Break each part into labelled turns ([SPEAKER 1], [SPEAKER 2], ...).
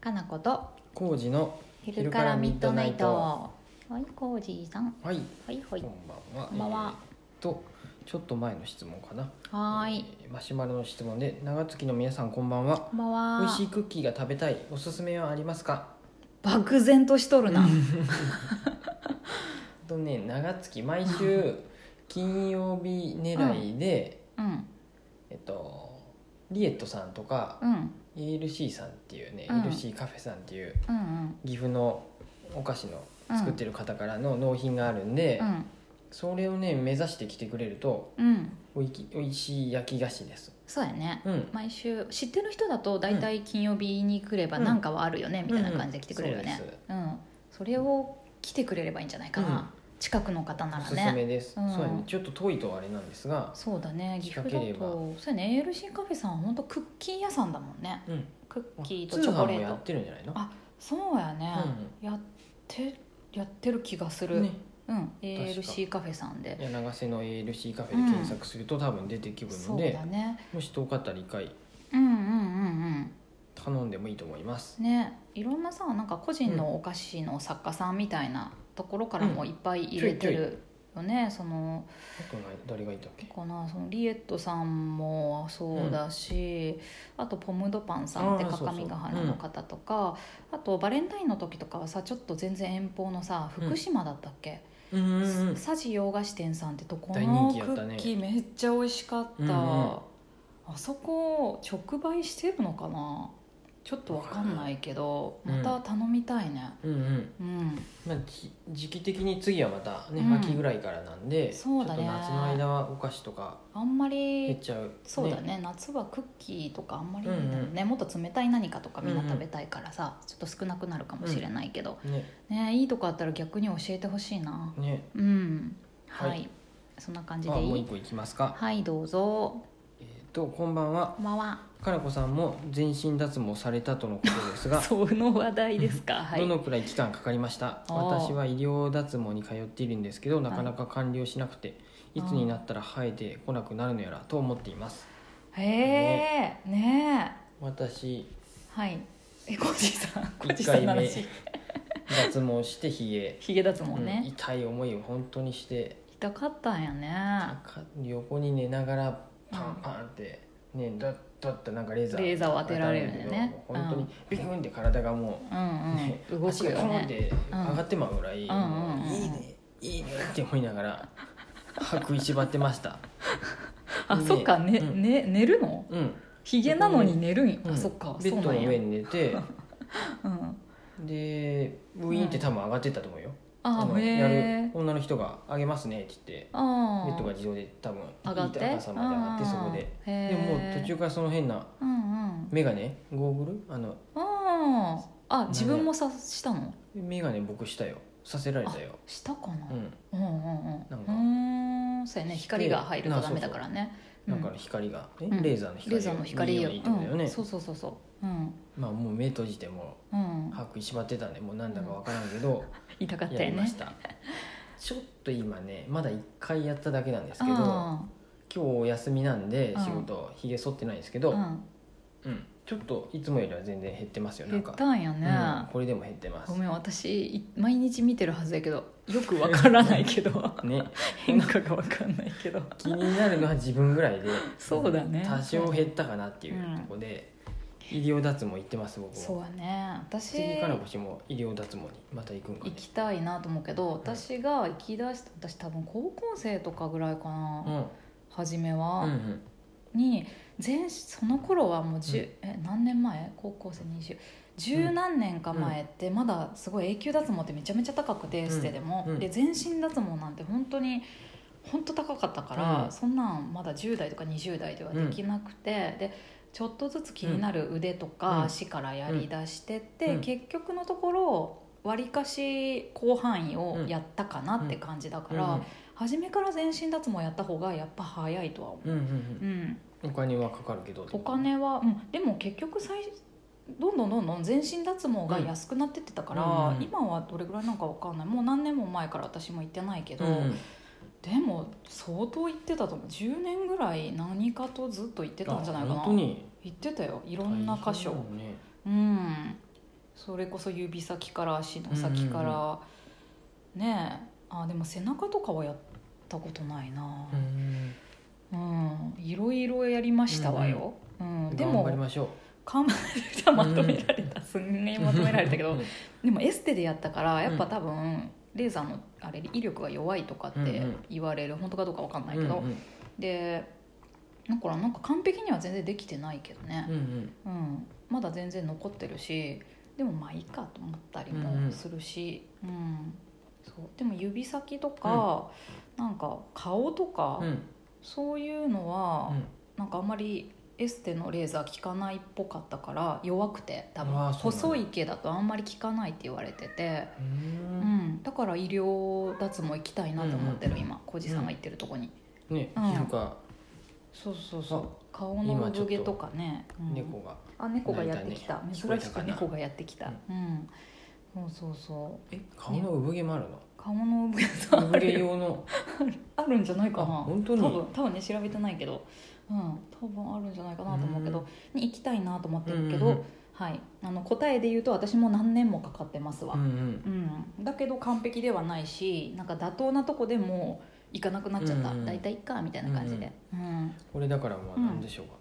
[SPEAKER 1] かなこと
[SPEAKER 2] 工事の
[SPEAKER 1] 昼からミッドナイトはいコージーさん
[SPEAKER 2] はい、
[SPEAKER 1] はいはい
[SPEAKER 2] こんばんは。
[SPEAKER 1] こんばんは
[SPEAKER 2] えーっとちょっと前の質問かな。
[SPEAKER 1] はーい
[SPEAKER 2] えーマシュマロの質問で長月の皆さんこんばんは。
[SPEAKER 1] こんばんは
[SPEAKER 2] 美味しいクッキーが食べたいおすすめはありますか。
[SPEAKER 1] 漠然としとるな
[SPEAKER 2] えっとね長月毎週 金曜日狙いで、
[SPEAKER 1] うん
[SPEAKER 2] えっとリエットさんとか
[SPEAKER 1] うん
[SPEAKER 2] ELC さんっていうね、
[SPEAKER 1] うん
[SPEAKER 2] ELC カフェさんっていう
[SPEAKER 1] うんうん
[SPEAKER 2] 岐阜のお菓子の
[SPEAKER 1] うん
[SPEAKER 2] 作ってる方からの納品があるんで、
[SPEAKER 1] うん
[SPEAKER 2] それをね目指してきてくれると
[SPEAKER 1] うん
[SPEAKER 2] おいきおいしい焼き菓子です。
[SPEAKER 1] そうやね
[SPEAKER 2] うん。
[SPEAKER 1] 毎週知ってる人だと大体金曜日に来れば
[SPEAKER 2] うん
[SPEAKER 1] なんかはあるよね、みたいな感じで
[SPEAKER 2] うん
[SPEAKER 1] 来てくれるよね
[SPEAKER 2] そうです、
[SPEAKER 1] うんそれを来てくれればいいんじゃないかな、近くの方な
[SPEAKER 2] お
[SPEAKER 1] ら
[SPEAKER 2] すす
[SPEAKER 1] ね
[SPEAKER 2] めです、
[SPEAKER 1] うん
[SPEAKER 2] そうやねちょっと遠いとあれなんですが、
[SPEAKER 1] そうだね岐
[SPEAKER 2] 近
[SPEAKER 1] 阜
[SPEAKER 2] け
[SPEAKER 1] だ
[SPEAKER 2] れば
[SPEAKER 1] とそうやね ALC カフェさんは本当クッキー屋さんだもんね
[SPEAKER 2] うん、
[SPEAKER 1] クッキーと
[SPEAKER 2] 通
[SPEAKER 1] チョコ
[SPEAKER 2] 販
[SPEAKER 1] レ
[SPEAKER 2] も
[SPEAKER 1] ー
[SPEAKER 2] や
[SPEAKER 1] ト
[SPEAKER 2] ってるんじゃないの
[SPEAKER 1] あそうやね、やってやってる気がする、
[SPEAKER 2] ね、
[SPEAKER 1] うん、ALC カフェさんで
[SPEAKER 2] 柳瀬の ALC カフェで検索すると多分出てくる
[SPEAKER 1] そ
[SPEAKER 2] の
[SPEAKER 1] う
[SPEAKER 2] で、
[SPEAKER 1] だね
[SPEAKER 2] もし遠かったら一回
[SPEAKER 1] うんうんうん
[SPEAKER 2] 頼んでもいいと思います
[SPEAKER 1] うんねいろんなさなんか個人のお菓子の作家さんみたいなところからもいっぱい入れてるよね、その
[SPEAKER 2] あとな誰がいたっけ
[SPEAKER 1] かなそのリエットさんもそうだし、あとポム・ドパンさんって
[SPEAKER 2] あーそうそう
[SPEAKER 1] 各務原の方とかあ,、とバレンタインの時とかはさちょっと全然遠方のさ
[SPEAKER 2] うん
[SPEAKER 1] 福島だったっけ、
[SPEAKER 2] うんうんうん
[SPEAKER 1] さ佐治洋菓子店さんってとこ
[SPEAKER 2] 大人
[SPEAKER 1] の
[SPEAKER 2] 気
[SPEAKER 1] ク
[SPEAKER 2] やったね
[SPEAKER 1] ッキーめっちゃ美味しかった、
[SPEAKER 2] うんうん
[SPEAKER 1] あそこ直売してるのかなちょっとわかんないけど、
[SPEAKER 2] う
[SPEAKER 1] ま
[SPEAKER 2] ん
[SPEAKER 1] た頼みたいね
[SPEAKER 2] うんうん
[SPEAKER 1] うん
[SPEAKER 2] まあ、じ時期的に次はまたね、
[SPEAKER 1] うん
[SPEAKER 2] 秋ぐらいからなんで
[SPEAKER 1] そうだね
[SPEAKER 2] ちょっと夏の間はお菓子とか
[SPEAKER 1] あんま
[SPEAKER 2] 減
[SPEAKER 1] り
[SPEAKER 2] っちゃう、ね、
[SPEAKER 1] そうだね夏はクッキーとかあんまりいいんだろうね、
[SPEAKER 2] うん
[SPEAKER 1] もっと冷たい何かとかみん
[SPEAKER 2] う
[SPEAKER 1] なん
[SPEAKER 2] うん
[SPEAKER 1] 食べたいからさ、ちょっと少なくなるかもしれないけど、
[SPEAKER 2] ね
[SPEAKER 1] ねいいとこあったら逆に教えてほしいな
[SPEAKER 2] ね
[SPEAKER 1] うんはい、
[SPEAKER 2] はい
[SPEAKER 1] そんな感じ
[SPEAKER 2] あ
[SPEAKER 1] でい
[SPEAKER 2] もう一
[SPEAKER 1] い
[SPEAKER 2] 個いきますか
[SPEAKER 1] はいどうぞ
[SPEAKER 2] えっ、とこんばんは
[SPEAKER 1] こんばんは
[SPEAKER 2] かなこさんも全身脱毛されたとのことですが
[SPEAKER 1] その話題です か はい
[SPEAKER 2] どのくらい期間かかりました
[SPEAKER 1] あー
[SPEAKER 2] 私は医療脱毛に通っているんですけどなかなか完了しなくて、い、つになったら生えてこなくなるのやらと思っています
[SPEAKER 1] へえねえ
[SPEAKER 2] 私
[SPEAKER 1] はいえコージさ んコージ
[SPEAKER 2] 一
[SPEAKER 1] さん
[SPEAKER 2] 回
[SPEAKER 1] の
[SPEAKER 2] 目
[SPEAKER 1] 話
[SPEAKER 2] 脱毛してひげ、
[SPEAKER 1] ヒゲ脱毛
[SPEAKER 2] うん
[SPEAKER 1] ね、
[SPEAKER 2] 痛い思いを本当にして
[SPEAKER 1] 痛かったんやね
[SPEAKER 2] か横に寝ながらパンパンって、ねだだってなんかレーザー
[SPEAKER 1] レーザーを当てられるよね
[SPEAKER 2] 当たるんだけどもう本当にビクンって体がも
[SPEAKER 1] う
[SPEAKER 2] う、
[SPEAKER 1] ん
[SPEAKER 2] ね
[SPEAKER 1] うん動
[SPEAKER 2] 足
[SPEAKER 1] く
[SPEAKER 2] が
[SPEAKER 1] よ
[SPEAKER 2] ポンっ
[SPEAKER 1] ね
[SPEAKER 2] て上がってまうぐらい、
[SPEAKER 1] うんうんうんうん
[SPEAKER 2] もういいねいいねって思いながら吐くいしばって ました
[SPEAKER 1] あそっかね
[SPEAKER 2] うん
[SPEAKER 1] ね寝るの
[SPEAKER 2] うん、
[SPEAKER 1] ヒゲなのに寝るんや、
[SPEAKER 2] うん
[SPEAKER 1] あそっか
[SPEAKER 2] ベ
[SPEAKER 1] そ
[SPEAKER 2] ッ
[SPEAKER 1] う
[SPEAKER 2] ド
[SPEAKER 1] なんや、
[SPEAKER 2] の上
[SPEAKER 1] うん、
[SPEAKER 2] に寝てでウィーンって多分上がってったと思うよ、あ
[SPEAKER 1] あ
[SPEAKER 2] の
[SPEAKER 1] へ
[SPEAKER 2] やる
[SPEAKER 1] え
[SPEAKER 2] 女の人が「上げますね」って言ってベ
[SPEAKER 1] あ
[SPEAKER 2] ッドが自動で多分
[SPEAKER 1] 上がって
[SPEAKER 2] いい高さまで上がってそこででももう途中
[SPEAKER 1] 中
[SPEAKER 2] からその変な
[SPEAKER 1] うんうん
[SPEAKER 2] 眼鏡ゴーグルあの
[SPEAKER 1] あーあ自分もさしたの
[SPEAKER 2] 眼鏡僕したよさせられたよ
[SPEAKER 1] したかな、
[SPEAKER 2] うん
[SPEAKER 1] うんうんうん
[SPEAKER 2] なん
[SPEAKER 1] う
[SPEAKER 2] か
[SPEAKER 1] ーんそうやね光が入ると
[SPEAKER 2] なあ
[SPEAKER 1] ダメだからね
[SPEAKER 2] だから光が、え
[SPEAKER 1] うん
[SPEAKER 2] レーザーの
[SPEAKER 1] うん、レー
[SPEAKER 2] 光
[SPEAKER 1] ザ
[SPEAKER 2] が
[SPEAKER 1] ーの光よ
[SPEAKER 2] いいってことだよね、
[SPEAKER 1] うん、そうそうそうそううん、
[SPEAKER 2] まあもう目閉じても
[SPEAKER 1] うん
[SPEAKER 2] う、把握しまってたんでもうなんだかわからんけど、
[SPEAKER 1] 痛かった
[SPEAKER 2] や
[SPEAKER 1] よ
[SPEAKER 2] りま
[SPEAKER 1] ね
[SPEAKER 2] したちょっと今ねまだ1回やっただけなんですけど今
[SPEAKER 1] あ
[SPEAKER 2] 日お休みなんで
[SPEAKER 1] うん
[SPEAKER 2] 仕事ひげ剃ってないんですけ
[SPEAKER 1] あ
[SPEAKER 2] ど、
[SPEAKER 1] う
[SPEAKER 2] うん
[SPEAKER 1] ん
[SPEAKER 2] ちょっといつもよりは全然減ってますよな
[SPEAKER 1] 減
[SPEAKER 2] ん
[SPEAKER 1] っ
[SPEAKER 2] か
[SPEAKER 1] たんやね、
[SPEAKER 2] うん、これでも減ってます
[SPEAKER 1] ごめん私い毎日見てるはずやけどよくわからないけど
[SPEAKER 2] ね
[SPEAKER 1] 変化がわかんないけど
[SPEAKER 2] 気になるのは自分ぐらいで
[SPEAKER 1] そうだね
[SPEAKER 2] 多少減ったかなっていうところで、医療脱毛行ってます僕
[SPEAKER 1] そう
[SPEAKER 2] も
[SPEAKER 1] やね私
[SPEAKER 2] 次からもしも医療脱毛にまた行くんか
[SPEAKER 1] 行
[SPEAKER 2] ね
[SPEAKER 1] きたいなと思うけど私が行きだした私多分高校生とかぐらいかな、
[SPEAKER 2] うん
[SPEAKER 1] 初め
[SPEAKER 2] うんう
[SPEAKER 1] は、
[SPEAKER 2] ん
[SPEAKER 1] に全その頃はもう十、
[SPEAKER 2] うん
[SPEAKER 1] え何年前高校生20十何年か前ってまだすごい永久脱毛ってめちゃめちゃ高くて、
[SPEAKER 2] ん
[SPEAKER 1] ステでも、
[SPEAKER 2] うん
[SPEAKER 1] で全身脱毛なんて本当に本当高かったから、
[SPEAKER 2] うん
[SPEAKER 1] そんなんまだ10代とか20代ではできなくて、でちょっとずつ気になる腕と
[SPEAKER 2] うん
[SPEAKER 1] か足からやりだしてって、
[SPEAKER 2] うん
[SPEAKER 1] 結局のところわりかし広範囲をやったかなって感じだから、初めから全身脱毛やった方がやっぱ早いとは思
[SPEAKER 2] うんうんうん
[SPEAKER 1] う、うん、
[SPEAKER 2] うんお金はかかるけどって
[SPEAKER 1] お
[SPEAKER 2] こと
[SPEAKER 1] 金は、うん、でも結局最どんどんどんどん全身脱毛が安くなってってたから、
[SPEAKER 2] うんうん
[SPEAKER 1] 今はどれぐらいなんかわかんないもう何年も前から私も行ってないけど、
[SPEAKER 2] うん
[SPEAKER 1] でも相当行ってたと思う10年ぐらい何かとずっと行ってたんじゃないか
[SPEAKER 2] あ
[SPEAKER 1] な
[SPEAKER 2] 本当に
[SPEAKER 1] 行ってたよいろんな箇所
[SPEAKER 2] 大変だね
[SPEAKER 1] うんそれこそ指先から足の先から、
[SPEAKER 2] うん
[SPEAKER 1] ねえあでも背中とかはやったことないな
[SPEAKER 2] うん
[SPEAKER 1] うん、いろいろやりましたわよ、うんで
[SPEAKER 2] 頑張り
[SPEAKER 1] も
[SPEAKER 2] ましょう
[SPEAKER 1] 看板でまとめられた、すんげえまとめられたけど
[SPEAKER 2] うん
[SPEAKER 1] でもエステでやったからやっぱ多分、レーザーのあれ威力が弱いとかっ
[SPEAKER 2] うんう
[SPEAKER 1] て
[SPEAKER 2] ん
[SPEAKER 1] 言われる、本当かどうかわかんないけど、
[SPEAKER 2] うん
[SPEAKER 1] でだからなんか完璧には全然できてないけど
[SPEAKER 2] うんう
[SPEAKER 1] ね、
[SPEAKER 2] ん
[SPEAKER 1] うんまだ全然残ってるしでもまあいいかと思ったり
[SPEAKER 2] うんう
[SPEAKER 1] も
[SPEAKER 2] ん
[SPEAKER 1] するし、うんそうでも指先とか、なんか顔とか、
[SPEAKER 2] うん
[SPEAKER 1] そういうのは、
[SPEAKER 2] うん
[SPEAKER 1] なんかあんまりエステのレーザー効かないっぽかったから弱くて多分
[SPEAKER 2] あーそうなんだ
[SPEAKER 1] 細い毛だとあんまり効かないって言われてて、
[SPEAKER 2] う
[SPEAKER 1] うん
[SPEAKER 2] ん
[SPEAKER 1] だから医療脱毛行きたいなと思ってる、
[SPEAKER 2] うんうん
[SPEAKER 1] 今小路さんが行ってるとこに、
[SPEAKER 2] ね
[SPEAKER 1] うん
[SPEAKER 2] ひるか
[SPEAKER 1] そうそうそう顔の産毛とかねうん
[SPEAKER 2] 猫が
[SPEAKER 1] あ猫がやってきた
[SPEAKER 2] 鳴いたね
[SPEAKER 1] 珍しく猫がやってきた
[SPEAKER 2] 聞
[SPEAKER 1] う
[SPEAKER 2] こ
[SPEAKER 1] ん、そうそうそう
[SPEAKER 2] え顔の産毛もあるの
[SPEAKER 1] 顔の産毛さんあ
[SPEAKER 2] 産毛
[SPEAKER 1] るよ
[SPEAKER 2] 用の
[SPEAKER 1] あるんじゃないかな
[SPEAKER 2] あ本当に
[SPEAKER 1] 多分多分ね調べてないけど、うん、多分あるんじゃないかなと思うけど、に行きたいなと思ってるけど、
[SPEAKER 2] うんうんうん
[SPEAKER 1] はい、あの答えで言うと私も何年もかかってますわ、
[SPEAKER 2] う
[SPEAKER 1] うんん
[SPEAKER 2] うん
[SPEAKER 1] だけど完璧ではないしなんか妥当なとこでも行かなくなっちゃった、
[SPEAKER 2] うんうん
[SPEAKER 1] 大体いっかみたいな感じで、うん
[SPEAKER 2] これだからまあ
[SPEAKER 1] うん
[SPEAKER 2] 何でしょうか、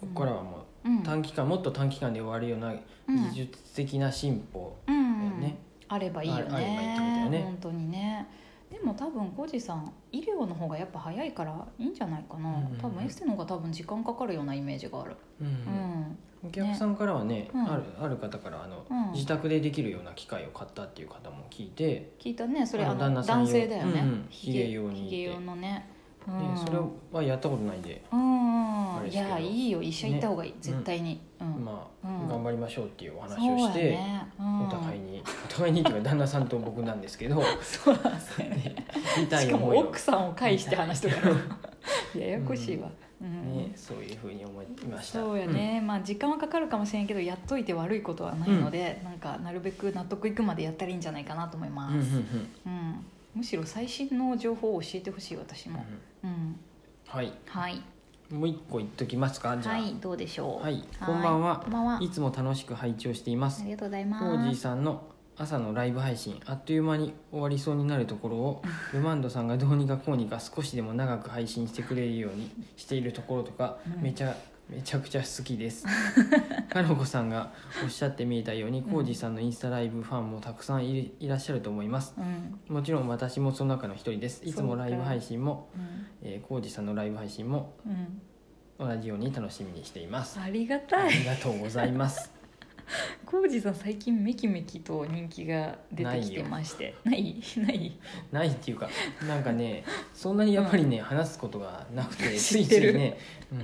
[SPEAKER 2] ここからはも
[SPEAKER 1] うん
[SPEAKER 2] う短期間もっと短期間で終わるような
[SPEAKER 1] うん
[SPEAKER 2] 技術的な進歩、
[SPEAKER 1] うん
[SPEAKER 2] ね
[SPEAKER 1] あればいいよね
[SPEAKER 2] ああればいいってことだよね
[SPEAKER 1] 本当にねでも多分コージさん医療の方がやっぱ早いからいいんじゃないかな、
[SPEAKER 2] うんうんうん
[SPEAKER 1] 多分エステの方が多分時間かかるようなイメージがある、
[SPEAKER 2] うん
[SPEAKER 1] うん
[SPEAKER 2] お客さんからはね
[SPEAKER 1] うん
[SPEAKER 2] あるある方からあの、
[SPEAKER 1] うん
[SPEAKER 2] 自宅でできるような機械を買ったっていう方も聞いて、
[SPEAKER 1] 聞いたねそれ
[SPEAKER 2] あ
[SPEAKER 1] あ
[SPEAKER 2] 旦
[SPEAKER 1] の
[SPEAKER 2] 那さん用
[SPEAKER 1] 男性だよね、
[SPEAKER 2] うんうん
[SPEAKER 1] ひ
[SPEAKER 2] ひげ
[SPEAKER 1] げ
[SPEAKER 2] 用に
[SPEAKER 1] ひげ用のね、う
[SPEAKER 2] ね
[SPEAKER 1] ん、
[SPEAKER 2] それはやったことないんで、
[SPEAKER 1] うん
[SPEAKER 2] あ
[SPEAKER 1] う
[SPEAKER 2] れ
[SPEAKER 1] ん
[SPEAKER 2] で
[SPEAKER 1] い
[SPEAKER 2] すけど
[SPEAKER 1] やいいよ医者行った方がいい、
[SPEAKER 2] ん
[SPEAKER 1] 絶対に、うん
[SPEAKER 2] まあ、
[SPEAKER 1] うん
[SPEAKER 2] 頑張りましょうっていうお話
[SPEAKER 1] そうや
[SPEAKER 2] をして、
[SPEAKER 1] ね、うん、
[SPEAKER 2] お互いにお互いにっていうか旦那さんと僕なんですけど
[SPEAKER 1] そうなんですよね
[SPEAKER 2] 痛
[SPEAKER 1] し
[SPEAKER 2] い
[SPEAKER 1] かも
[SPEAKER 2] 思いを
[SPEAKER 1] 奥、さんを介して話し てたからややこしいわ、うん
[SPEAKER 2] ね、そういうふうに思いました
[SPEAKER 1] そうやね、まあ時間はかかるかもしれんけどやっといて悪いことはないので、なんかなるべく納得いくまでやったらいいんじゃないかなと思い
[SPEAKER 2] うん
[SPEAKER 1] ま
[SPEAKER 2] う
[SPEAKER 1] す、
[SPEAKER 2] ん
[SPEAKER 1] う
[SPEAKER 2] うんんうん
[SPEAKER 1] むしろ最新の情報を教えてほしい私も、うん、
[SPEAKER 2] はい
[SPEAKER 1] はい
[SPEAKER 2] もう一個言っときますかじゃあ
[SPEAKER 1] はいどうでしょう
[SPEAKER 2] はいこんばんは
[SPEAKER 1] こんばんはい
[SPEAKER 2] つも楽しく拝聴していま
[SPEAKER 1] あ
[SPEAKER 2] す
[SPEAKER 1] りがとうござい
[SPEAKER 2] コー
[SPEAKER 1] ま
[SPEAKER 2] ジー
[SPEAKER 1] す
[SPEAKER 2] さんの朝のライブ配信あっという間に終わりそうになるところ をルマンドさんがどうにかこうにか少しでも長く配信してくれるようにしているところとか
[SPEAKER 1] うん
[SPEAKER 2] めちゃめちゃくちゃ好きです かのこさんがおっしゃってみえたようにコージーさんのインスタライブファンもたくさんいいらっしゃると思います
[SPEAKER 1] うん
[SPEAKER 2] もちろん私もその中の一人ですいつもライブ配信も、
[SPEAKER 1] うん
[SPEAKER 2] えー、コージーさんのライブ配信も
[SPEAKER 1] うん、
[SPEAKER 2] 同じように楽しみにしています
[SPEAKER 1] ありが
[SPEAKER 2] あ
[SPEAKER 1] たい
[SPEAKER 2] りがとうございます
[SPEAKER 1] 浩二さん最近めきめきと人気が出てきてま してないない
[SPEAKER 2] ないっていうかなんかねそんなにやっぱりね、話すことがな くてつ
[SPEAKER 1] 知
[SPEAKER 2] い
[SPEAKER 1] っ
[SPEAKER 2] つい
[SPEAKER 1] てる
[SPEAKER 2] ね、うん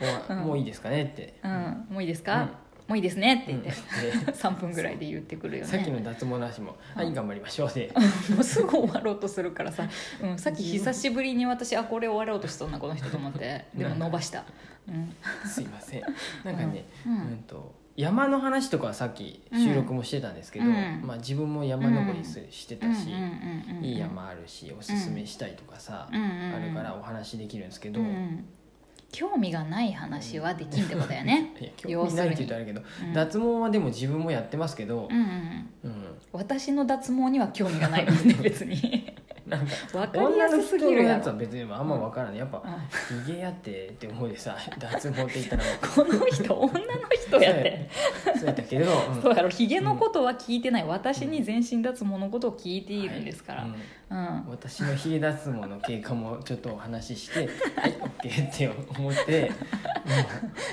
[SPEAKER 2] お
[SPEAKER 1] うん
[SPEAKER 2] もういいですかね」って「
[SPEAKER 1] うん、もういいです
[SPEAKER 2] うん
[SPEAKER 1] か、もういいですねって
[SPEAKER 2] う
[SPEAKER 1] 言っ
[SPEAKER 2] んで
[SPEAKER 1] て、三3分ぐらいで言ってくるよね
[SPEAKER 2] さっきの脱毛の話も「はい頑張りましょう」で
[SPEAKER 1] もうすぐ終わろうとするからさ、 うん、さっき久しぶりに私あこれ終わろうとしそうなこの人と思 ってでも伸ばした、うん
[SPEAKER 2] 「すいません」なんかね、
[SPEAKER 1] う
[SPEAKER 2] うんんと山の話とかはさっき収録もしてたんですけど、
[SPEAKER 1] うん
[SPEAKER 2] まあ、自分も山登りすして
[SPEAKER 1] うん
[SPEAKER 2] たし、
[SPEAKER 1] うんうんうん
[SPEAKER 2] いい山あるしおすすめしたいとかさ、
[SPEAKER 1] うんうんうん
[SPEAKER 2] あるからお話できるんですけ
[SPEAKER 1] う
[SPEAKER 2] ど、
[SPEAKER 1] んうん興味がない話はできんってことだよね
[SPEAKER 2] いや興味ないって言うとあれだけど、
[SPEAKER 1] うん
[SPEAKER 2] 脱毛はでも自分もやってますけ
[SPEAKER 1] うん、う
[SPEAKER 2] ど
[SPEAKER 1] んうん
[SPEAKER 2] うん、
[SPEAKER 1] 私の脱毛には興味がないもんね別 に
[SPEAKER 2] なんか
[SPEAKER 1] わかり
[SPEAKER 2] 女
[SPEAKER 1] や
[SPEAKER 2] の
[SPEAKER 1] すす
[SPEAKER 2] 人の
[SPEAKER 1] ぎる
[SPEAKER 2] や
[SPEAKER 1] や
[SPEAKER 2] つは
[SPEAKER 1] ろ
[SPEAKER 2] 別にあんま分からないやっぱ「ひげやって」って思うでさ 脱毛って言ったら
[SPEAKER 1] この人女の 人やって
[SPEAKER 2] そうやったけど、うん
[SPEAKER 1] そうやろひげのことは聞いてない私に全身脱毛のことを聞いているんですから、
[SPEAKER 2] はい
[SPEAKER 1] うん
[SPEAKER 2] うん私のひげ脱毛の経過もちょっとお話し して「はい OK」って思って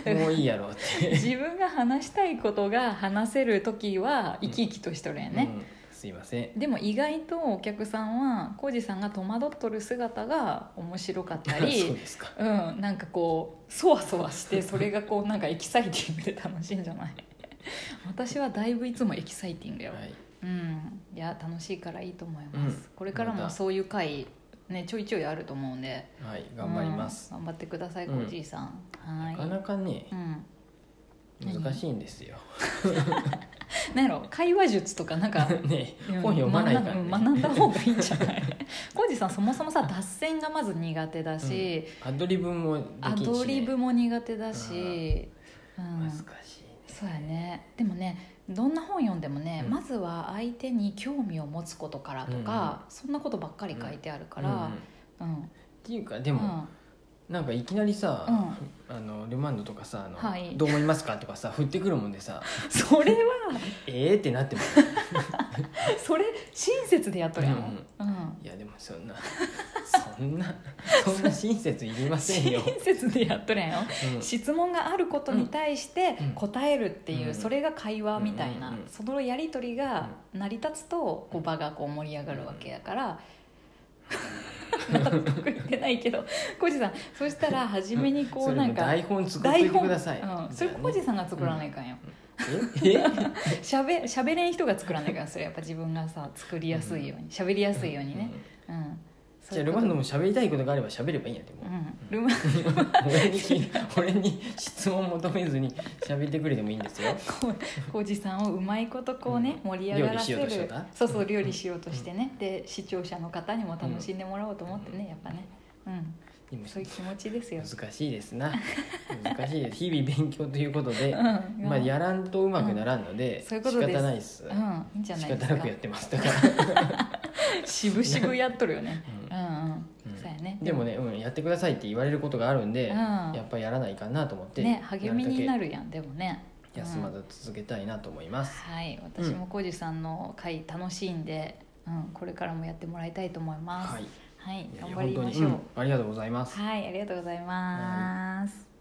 [SPEAKER 2] もうもういいやろうって、
[SPEAKER 1] 自分が話したいことが話せる時は生き生きとしとるんや ね、
[SPEAKER 2] うんすいません
[SPEAKER 1] でも意外とお客さんは浩二さんが戸惑っとる姿が面白かった
[SPEAKER 2] そう
[SPEAKER 1] り
[SPEAKER 2] ですか
[SPEAKER 1] うんなんかこうそわそわしてそれがこうなんかエキサイティングで楽しいんじゃない 私はだいぶいつもエキサイティングやわ、
[SPEAKER 2] はい
[SPEAKER 1] うんいや楽しいからいいと思います、
[SPEAKER 2] うん
[SPEAKER 1] これから
[SPEAKER 2] ま
[SPEAKER 1] も
[SPEAKER 2] た
[SPEAKER 1] そういう回ねちょいちょいあると思うんで
[SPEAKER 2] はい頑張ります、
[SPEAKER 1] うん頑張ってください
[SPEAKER 2] うん
[SPEAKER 1] 浩二さん、は
[SPEAKER 2] ないかなかね
[SPEAKER 1] うんうん
[SPEAKER 2] 難しいんですよ、
[SPEAKER 1] なんやろ会話術とかなんか
[SPEAKER 2] ね
[SPEAKER 1] うん
[SPEAKER 2] 本読まないから、ね
[SPEAKER 1] 学んだうん学んだ方がいいんじゃない 浩二さんそもそもさ脱線がまず苦手だし、
[SPEAKER 2] うんアドリブもでき
[SPEAKER 1] ア
[SPEAKER 2] んし、ね、
[SPEAKER 1] ドリブも苦手だし、うん
[SPEAKER 2] 難しいね
[SPEAKER 1] そうやねでもねどんな本読んでもね、
[SPEAKER 2] うん
[SPEAKER 1] まずは相手に興味を持つことからとか、そんなことばっかり書いてあるか
[SPEAKER 2] うんうんっ
[SPEAKER 1] らうん
[SPEAKER 2] ていうかで
[SPEAKER 1] うん、
[SPEAKER 2] も、なんかいきなりさ、あのルマンドとかさあの、
[SPEAKER 1] はい
[SPEAKER 2] どう思いますか?」とかさ振ってくるもん でさ
[SPEAKER 1] それは
[SPEAKER 2] 「えー?」ってなってます
[SPEAKER 1] それ親切でやっとるやん、うん
[SPEAKER 2] いやでもそんなそんなそんな親切いりません
[SPEAKER 1] 親
[SPEAKER 2] よ、
[SPEAKER 1] 切でやっとるやんよ
[SPEAKER 2] うん
[SPEAKER 1] 質問があることに対して
[SPEAKER 2] うん
[SPEAKER 1] 答えるっていう、
[SPEAKER 2] うん
[SPEAKER 1] それが会話みたいな、
[SPEAKER 2] うんうんうん
[SPEAKER 1] そのやり取りが成り立つとこう場がこう盛り上がるわけだ から、納得いってないけどコージさんそしたら初めにこ
[SPEAKER 2] そうれ
[SPEAKER 1] な
[SPEAKER 2] も
[SPEAKER 1] んか
[SPEAKER 2] 台本作っていてください、
[SPEAKER 1] うん、それコージさんが作らないかんよ、
[SPEAKER 2] ええ
[SPEAKER 1] しゃべしゃべれん人が作らないかんそれやっぱ自分がさ作りやすいようにしゃべりやすいようにね、うん
[SPEAKER 2] じゃあルマンド
[SPEAKER 1] の
[SPEAKER 2] も喋りたいことがあれば喋ればいいんやっても
[SPEAKER 1] う
[SPEAKER 2] うん
[SPEAKER 1] ルマン
[SPEAKER 2] 俺に俺に質問求めずに喋ってくれてもいいんです よ
[SPEAKER 1] 浩二さんをうまいことこうね、
[SPEAKER 2] うん
[SPEAKER 1] 盛り上がらせ
[SPEAKER 2] 料理
[SPEAKER 1] る
[SPEAKER 2] しようとしてた
[SPEAKER 1] そうそう料理しようとしてね、で視聴者の方にも楽しんでもらおうと思ってね、やっぱね、うん、
[SPEAKER 2] でも
[SPEAKER 1] そういう気持ちですよ、
[SPEAKER 2] 難しいですな難しいです日々勉強ということで、
[SPEAKER 1] うん
[SPEAKER 2] まあ、やらんとうまくならんので、
[SPEAKER 1] んそういうことです
[SPEAKER 2] 仕方ないです、
[SPEAKER 1] うん、いいんじゃ
[SPEAKER 2] 仕
[SPEAKER 1] ないです
[SPEAKER 2] 方
[SPEAKER 1] か
[SPEAKER 2] なくやってますだから、
[SPEAKER 1] 渋々やっとるよねう
[SPEAKER 2] うん
[SPEAKER 1] んうん、
[SPEAKER 2] うん
[SPEAKER 1] そうやね
[SPEAKER 2] でもね、うん、やってくださいって言われることがあるんで、
[SPEAKER 1] うん
[SPEAKER 2] やっぱやらないかなと思って、
[SPEAKER 1] ね励みにな
[SPEAKER 2] る
[SPEAKER 1] るやんでもね
[SPEAKER 2] だけ休まず続けたいなと思います、
[SPEAKER 1] はい私も浩二さんの回楽しいんで、うん、これからもやってもらいたいと思います
[SPEAKER 2] はい
[SPEAKER 1] はい、
[SPEAKER 2] いや
[SPEAKER 1] 頑
[SPEAKER 2] いや
[SPEAKER 1] 張りまし
[SPEAKER 2] 本
[SPEAKER 1] ょう
[SPEAKER 2] 当にうんありがとうございます
[SPEAKER 1] はいありがとうございます、